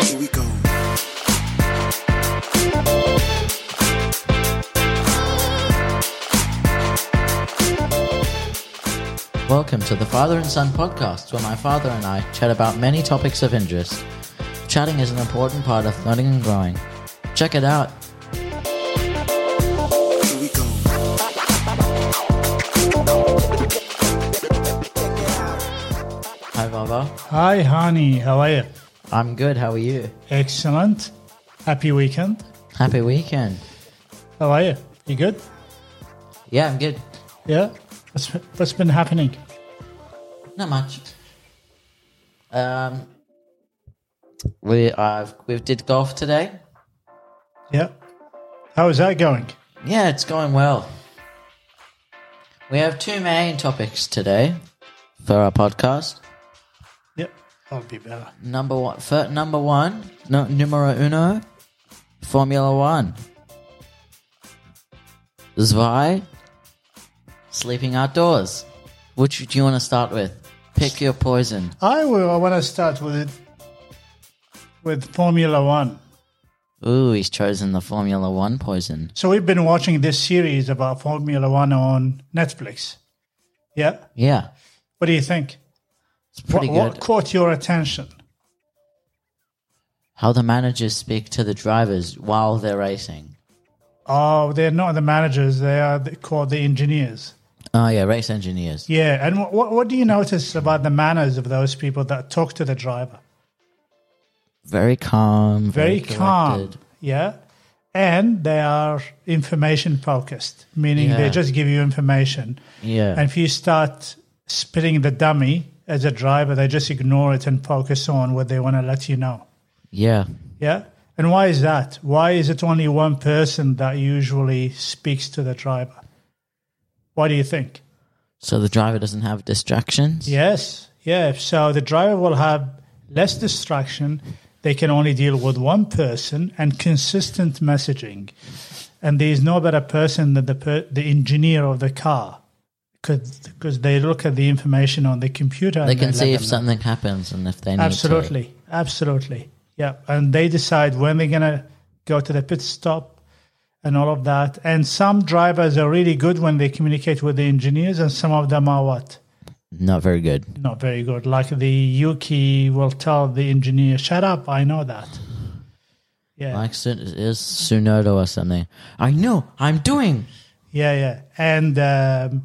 Here we go. Welcome to the Father and Son podcast, where my father and I chat about many topics of interest. Chatting is an important part of learning and growing. Check it out. Here we go. Hi, Baba. Hi, Hani. How are you? I'm good. How are you? Excellent. Happy weekend. Happy weekend. How are you? You good? Yeah, I'm good. Yeah. What's what's been happening? Not much. Um, we I've we did golf today. Yeah. How is that going? Yeah, it's going well. We have two main topics today for our podcast. Yep. That'll be better. Number one, fir- number one, no, numero uno, Formula One. Zwei, sleeping outdoors. Which do you want to start with? Pick your poison. I will. I want to start with with Formula One. Ooh, he's chosen the Formula One poison. So we've been watching this series about Formula One on Netflix. Yeah. Yeah, What do you think? it's pretty what, what good. caught your attention? How the managers speak to the drivers while they're racing. Oh, they're not the managers. They are the, called the engineers. Oh yeah, race engineers. Yeah, and what what do you notice about the manners of those people that talk to the driver? Very calm. Very calm, collected. yeah, and they are information focused, meaning Yeah. they just give you information, Yeah. and if you start spitting the dummy as a driver, they just ignore it and focus on what they want to let you know. yeah. Yeah, and why is that? Why is it only one person that usually speaks to the driver? Why do you think? So the driver doesn't have distractions. Yes, yeah. So the driver will have less distraction. They can only deal with one person and consistent messaging. And there is no better person than the per- the engineer of the car, because they look at the information on the computer. and they can let see if them know. something happens and if they need to. Absolutely, absolutely. Yeah, and they decide when they're gonna go to the pit stop and all of that. And some drivers are really good when they communicate with the engineers, and some of them are what Not very good. not very good. Like the Yuki will tell the engineer, "Shut up! I know that." Yeah, Like Sun- is Sunodo or something. I know. I'm doing. yeah, yeah, and um,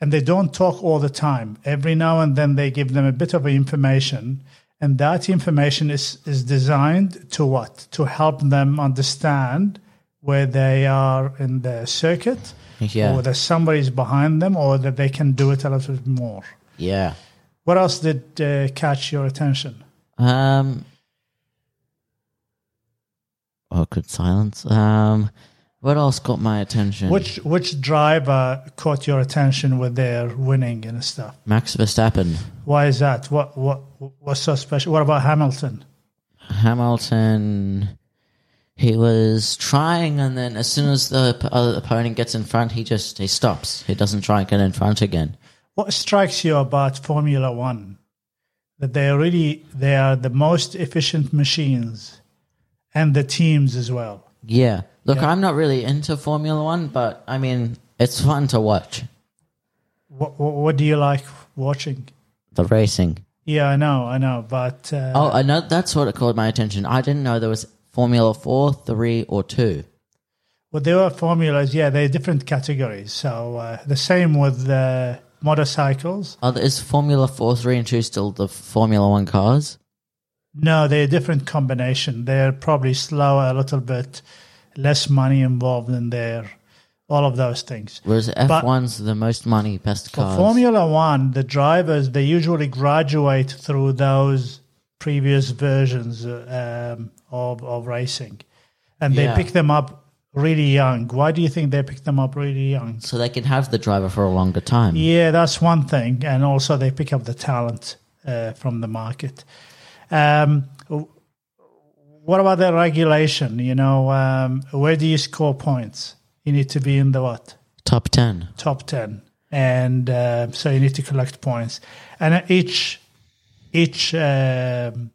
and they don't talk all the time. Every now and then, they give them a bit of information, and that information is is designed to what to help them understand where they are in the circuit, Yeah. or Oh, that somebody's behind them, or that they can do it a little bit more. Yeah. What else did uh, catch your attention? Um. Awkward silence. Um. What else got my attention? Which which driver caught your attention with their winning and stuff? Max Verstappen, Why is that? What what what's so special? What about Hamilton? Hamilton. He was trying, and then as soon as the op- other opponent gets in front, he just he stops. He doesn't try and get in front again. What strikes you about Formula One? That they are really they are the most efficient machines, and the teams as well. Yeah. Look, I'm not really into Formula One, but I mean, it's fun to watch What what, what do you like watching? the racing. Yeah, I know, I know, but uh, Oh, I know. That's what it caught my attention. I didn't know there was Formula Four, Three, or Two. Well, there are formulas. Yeah, they're different categories. So uh, the same with uh, motorcycles. Oh, is Formula Four, Three, and Two still the Formula One cars? No, they're a different combination. They're probably slower, a little bit less money involved in there, all of those things. Whereas F one's the most money, best For cars. Formula One, the drivers they usually graduate through those previous versions uh, um, of of racing, and Yeah. they pick them up really young. Why do you think they pick them up really young? so they can have the driver for a longer time. Yeah, that's one thing, and also they pick up the talent uh, from the market. Um, w- what about the regulation? You know, um, where do you score points? You need to be in the what Top ten. top ten, and uh, so you need to collect points. uh, And each each um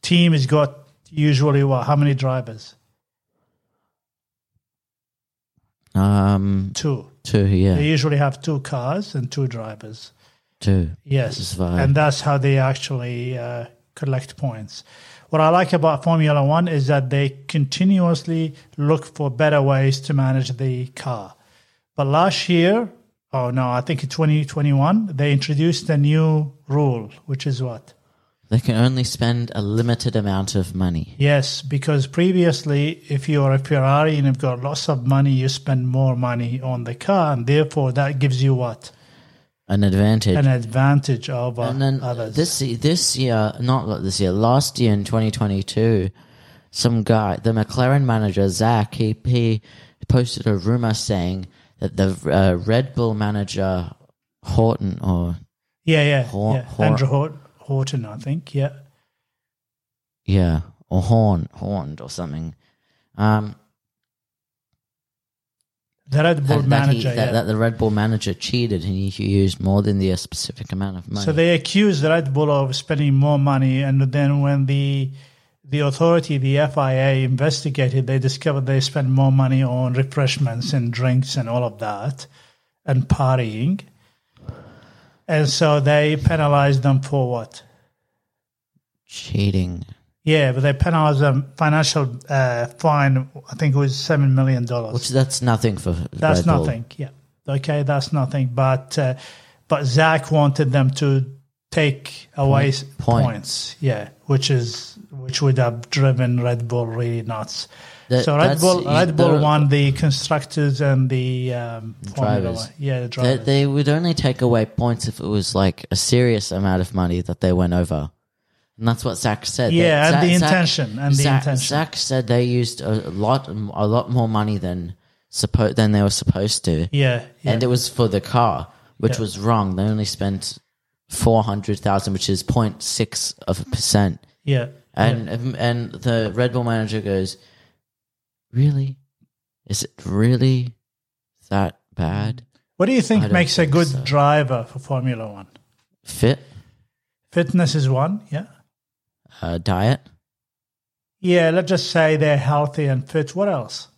team has got usually what? How many drivers? Um, Two. two, yeah, They usually have two cars and two drivers. two. Yes, That's fine. and that's how they actually uh, collect points. What I like about Formula One is that they continuously look for better ways to manage the car. But last year, oh no, I think in 2021, they introduced a new rule, which is what? They can only spend a limited amount of money. Yes, because previously, if you are a Ferrari and you've got lots of money, you spend more money on the car, and therefore that gives you what? An advantage. An advantage over and then others. this this year, not like this year, last year in 2022, some guy, the McLaren manager Zach, he, he posted a rumor saying that the uh, Red Bull manager Horton or Yeah, yeah. Hor- yeah. Hor- Andrew Hort- Horton, I think. Yeah. yeah or Horn Horned or something, um, The Red Bull that, that he- manager. that- yeah. that the Red Bull manager cheated and he used more than the uh, specific amount of money. so they accused the Red Bull of spending more money, and then when the the authority, the FIA, investigated, they discovered they spent more money on refreshments and drinks and all of that, and partying. And so they penalized them for what? cheating. Yeah, but they penalized them financial uh, fine. I think it was seven million dollars. Which that's nothing for That's Red Bull. nothing. Yeah. Okay, that's nothing. But uh, but Zach wanted them to take away s- Point. points. Yeah, which is which would have driven Red Bull really nuts. That- so Red that's- Bull you- Red Bull the- won the constructors and the um, Formula Drivers. One. Yeah, the drivers. They, they would only take away points if it was like a serious amount of money that they went over. And that's what Zach said. yeah, That- and the Zach- Zach- intention and the Zach, intention. Zach said they used a lot, a lot more money than suppo- than they were supposed to, yeah, yeah. and it was for the car, which Yeah. was wrong. They only spent four hundred thousand, which is 06 of a percent. yeah. And and the Red Bull manager goes, "Really? Is it really that bad? What do you I think don't makes a think good so. driver for Formula One? Fit Fitness is one, yeah. uh, diet? Yeah, let's just say they're healthy and fit. What else?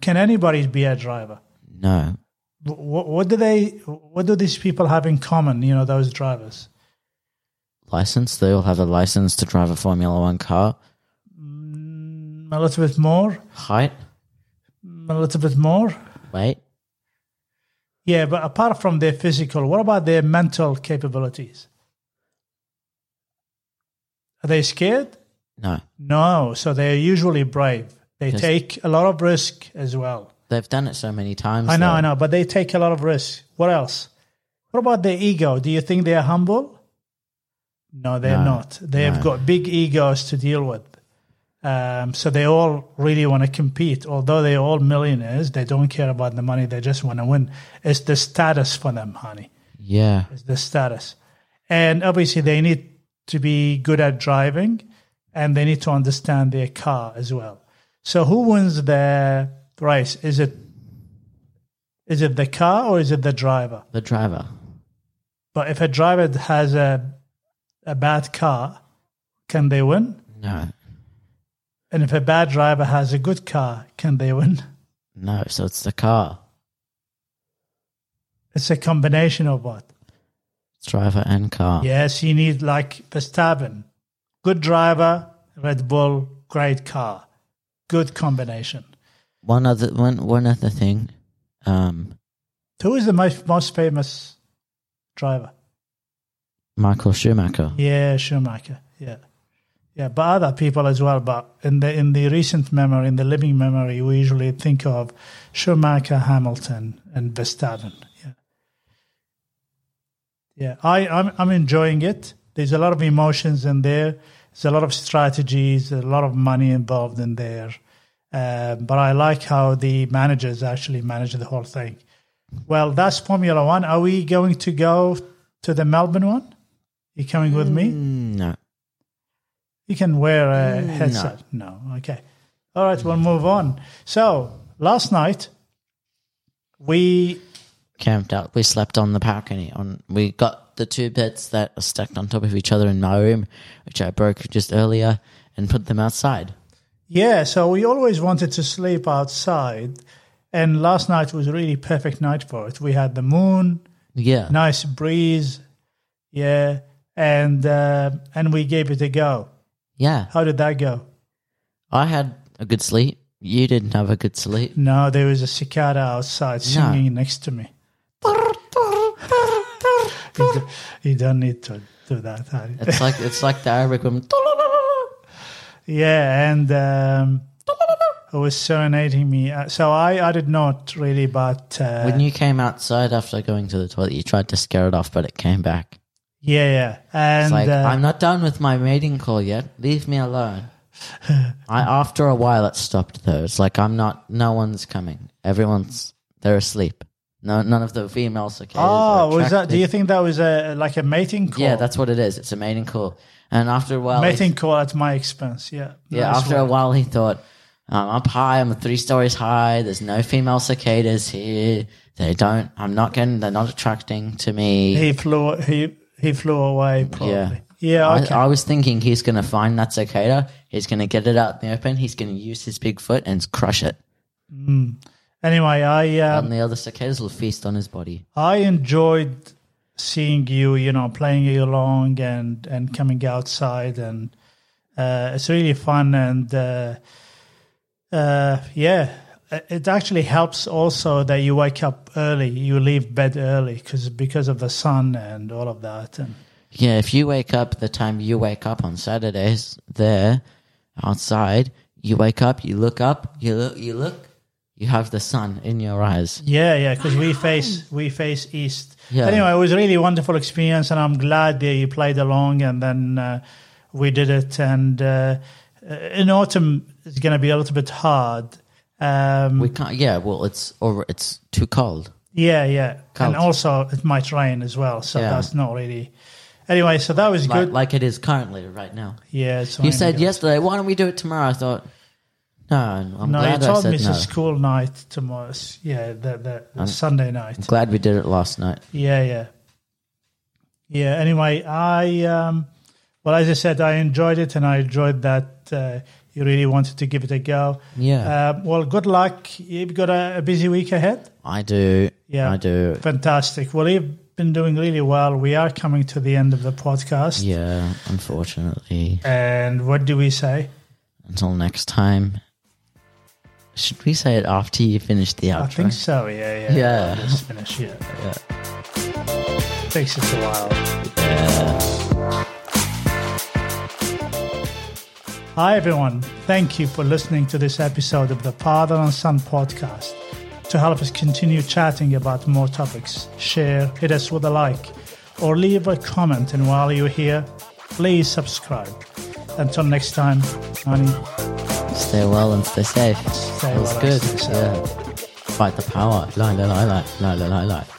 Can anybody be a driver? No. What, what do they? What do these people have in common? You know, those drivers. License? They all have a license to drive a Formula One car. Mm, A little bit more. Height, A little bit more. weight, Yeah, but apart from their physical, what about their mental capabilities? Are they scared? no. No. So they're usually brave. They Yes. take a lot of risk as well. They've done it so many times. I know, though. I know, but they take a lot of risks. What else? What about their ego? Do you think they are humble? No, they're No, not. They have no. got big egos to deal with. Um, so they all really want to compete. Although they're all millionaires, they don't care about the money. They just want to win. It's the status for them, honey. Yeah. It's the status. And obviously, they need to be good at driving and they need to understand their car as well. So, who wins the race? Is it is it the car or is it the driver? The driver. But if a driver has a a bad car, can they win? No. And if a bad driver has a good car, can they win? No. So it's the car, It's a combination of what? it's driver and car. Yes, you need like Verstappen, good driver, Red Bull, great car, good combination. One other one one other thing. Um, Who is the most most famous driver? Michael Schumacher. Yeah, Schumacher. Yeah, yeah, but other people as well. But in the in the recent memory, in the living memory, we usually think of Schumacher, Hamilton, and Verstappen. Yeah, yeah. I I'm I'm enjoying it. There's a lot of emotions in there. There's a lot of strategies. A lot of money involved in there. Uh, but I like how the managers actually manage the whole thing. Well, that's Formula One. Are we going to go to the Melbourne one? You coming with me? Mm. No. You can wear a headset. No. Okay. All right. We'll move on. So last night we Camped out. We slept on the balcony. On we got the two beds that are stacked on top of each other in my room, which I broke just earlier, and put them outside. Yeah, so we always wanted to sleep outside, and last night was a really perfect night for it. We had the moon, Yeah. nice breeze, yeah, and uh, and we gave it a go. Yeah. How did that go? I had a good sleep. You didn't have a good sleep. No, there was a cicada outside singing next to me. You, do, not need to do that. Harry. It's like it's like the Arabic woman. Yeah, and um, it was serenading me. Uh, So I, I did not really, but uh, When you came outside after going to the toilet, you tried to scare it off, but it came back. yeah, yeah. And It's like, uh, I'm not done with my mating call yet. Leave me alone. I after a while it stopped though. It's like I'm not. No one's coming. Everyone's they're asleep. No, none of the female cicadas. are oh, was that? Do attracted. you think that was a like a mating call? Yeah, that's what it is. It's a mating call. And after a while, he- mating call at my expense. Yeah, yeah, Nice after a one. while he thought, I'm up high. I'm three stories high. There's no female cicadas here. They don't. I'm not getting. They're not attracting to me. he flew. He he flew away. Probably. Yeah. Yeah. Yeah. I, Okay. I was thinking he's going to find that cicada. He's going to get it out in the open. He's going to use his big foot and crush it. anyway, I um, and the other cicadas will feast on his body. I enjoyed seeing you. You know, playing along and and coming outside, and uh, it's really fun. And uh, uh, yeah, it- it actually helps also that you wake up early. You leave bed early because because of the sun and all of that. And Yeah, if you wake up the time you wake up on Saturdays there outside, you wake up, you look up, you look, you look, you have the sun in your eyes. Yeah, yeah, because we face we face east. Yeah. Anyway, it was a really wonderful experience, and I'm glad that you played along, and then uh, we did it. And uh, uh, in autumn, it's going to be a little bit hard. Um, We can't. Yeah, well, it's or it's too cold. yeah, yeah, Cold. and also it might rain as well, so Yeah. that's not really. Anyway, so that was Like, good. like it is currently right now. yeah, it's You only said good. yesterday, why don't we do it tomorrow? I thought, no, I'm No, you glad I told said me it's no. a school night tomorrow. s- Yeah, the, the, the Sunday night. Glad we did it last night. Yeah, yeah, yeah. Anyway, I um, well, as I said, I enjoyed it, and I enjoyed that uh, you really wanted to give it a go. Yeah, Uh, well, good luck. You've got a, a busy week ahead. I do. Yeah. I do. Fantastic. Well, you've been doing really well. We are coming to the end of the podcast, Yeah, unfortunately. and what do we say? Until next time. Should we say it after you finish the outro? I think so. Yeah, yeah. Yeah. I'll just finish. Yeah. Takes us a while. Hi, everyone. Thank you for listening to this episode of the Father and Son podcast. To help us continue chatting about more topics, share, hit us with a like, or leave a comment. And while you're here, please subscribe. Until next time, honey, Stay well and stay safe. stay Feels well and good. stay safe. Yeah. Fight the power. La la la la la la la la.